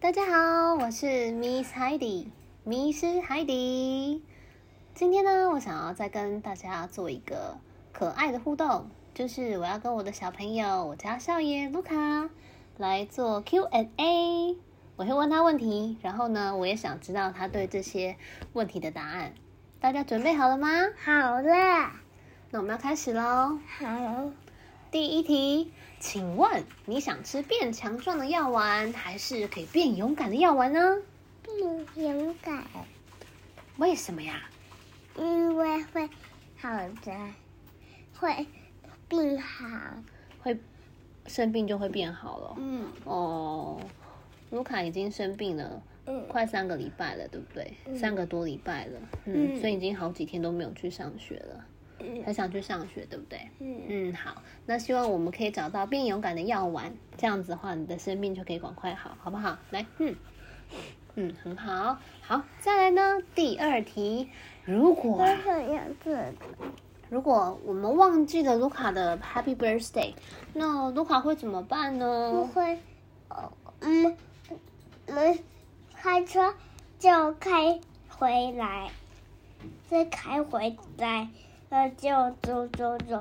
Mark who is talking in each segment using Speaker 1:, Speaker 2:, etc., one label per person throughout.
Speaker 1: 大家好，我是 Miss Heidi，迷失海底。今天呢，我想要再跟大家做一个可爱的互动，就是我要跟我的小朋友，我家少爷卢卡来做 Q&A。我会问他问题，然后呢，我也想知道他对这些问题的答案。大家准备好了吗？
Speaker 2: 好了，
Speaker 1: 那我们要开始喽。
Speaker 2: 好，
Speaker 1: 第一题，请问你想吃变强壮的药丸，还是可以变勇敢的药丸呢？
Speaker 2: 不勇敢，
Speaker 1: 为什么呀？
Speaker 2: 因为会好的，会病好。
Speaker 1: 会生病就会变好了。
Speaker 2: 嗯
Speaker 1: 哦，卢卡已经生病了，
Speaker 2: 嗯
Speaker 1: 快三个礼拜了，对不对？
Speaker 2: 嗯
Speaker 1: 三个多礼拜了，嗯，
Speaker 2: 嗯
Speaker 1: 所以已经好几天都没有去上学了，很
Speaker 2: 嗯
Speaker 1: 想去上学，对不对？
Speaker 2: 嗯
Speaker 1: 嗯，好，那希望我们可以找到变勇敢的药丸，这样子的话，你的生命就可以赶快好，好不好？来，嗯，嗯，很好，好，再来呢，第二题，如果
Speaker 2: 我想要这个，
Speaker 1: 如果我们忘记了卢卡的 Happy Birthday，那卢卡会怎么办
Speaker 2: 不
Speaker 1: 呢？
Speaker 2: 会，哦，嗯，嗯，开车就开回来，再开回来，那就走走走，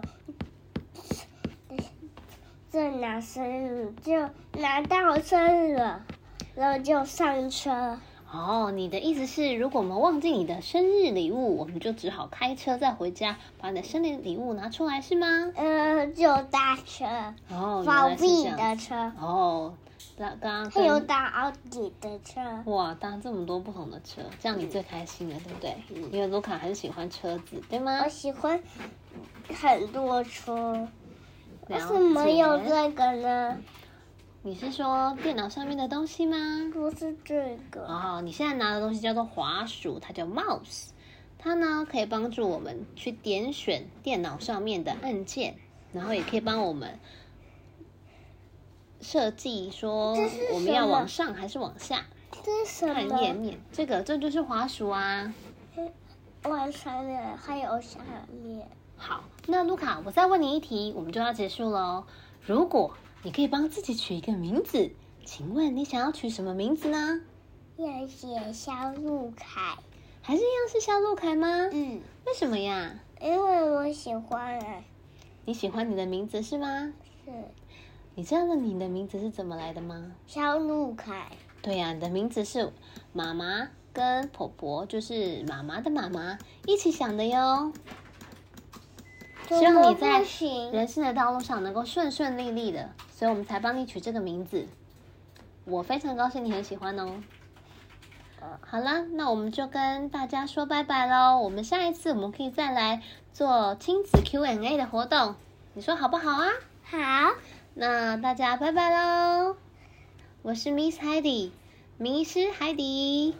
Speaker 2: 再拿生日就拿到生日了，然后就上车。
Speaker 1: 哦，你的意思是，如果我们忘记你的生日礼物，我们就只好开车再回家，把你的生日礼物拿出来，是吗？
Speaker 2: 呃，就搭车，
Speaker 1: 哦，原
Speaker 2: 法
Speaker 1: 来是这
Speaker 2: 币
Speaker 1: 样
Speaker 2: 的
Speaker 1: 子。
Speaker 2: 车，
Speaker 1: 哦，那刚刚
Speaker 2: 还有
Speaker 1: 跟
Speaker 2: 搭奥迪的车。
Speaker 1: 哇搭这么多不同的车，这样
Speaker 2: 嗯
Speaker 1: 你最开心了，对不对？因为卢卡很喜欢车子，对吗
Speaker 2: 我？喜欢很多车，
Speaker 1: 了
Speaker 2: 为什么有
Speaker 1: 解
Speaker 2: 这个呢？
Speaker 1: 你是说电脑上面的东西吗？
Speaker 2: 不是这个，
Speaker 1: 哦，你现在拿的东西叫做滑鼠，它叫 mouse，它呢可以帮助我们去点选电脑上面的按键，然后也可以帮我们设计说
Speaker 2: 这是
Speaker 1: 我们要
Speaker 2: 什么
Speaker 1: 往上还是往下
Speaker 2: 这是什
Speaker 1: 看页
Speaker 2: 么？
Speaker 1: 面。这个这就是滑鼠啊。
Speaker 2: 晚上面还有下面，
Speaker 1: 好，那卢卡，我再问你一题，我们就要结束喽。如果你可以帮自己取一个名字，请问你想要取什么名字呢？
Speaker 2: 要写肖路凯。
Speaker 1: 还是一样是肖路凯吗？
Speaker 2: 嗯，
Speaker 1: 为什么呀？
Speaker 2: 因为我喜欢啊，
Speaker 1: 你喜欢你的名字是吗？
Speaker 2: 是
Speaker 1: 你知道你的名字是怎么来的吗？
Speaker 2: 肖路凯。
Speaker 1: 对呀、你的名字是妈妈跟婆婆，就是妈妈的妈妈一起想的哟。希
Speaker 2: 怎
Speaker 1: 望
Speaker 2: 么
Speaker 1: 你在
Speaker 2: 不行，
Speaker 1: 人生的道路上能够顺顺利利的，所以我们才帮你取这个名字。我非常高兴你很喜欢哦。好啦，那我们就跟大家说拜拜喽。我们下一次我们可以再来做亲子 Q&A 的活动，你说好不好啊？
Speaker 2: 好，
Speaker 1: 那大家拜拜喽！我是 Miss Heidi，迷失海底，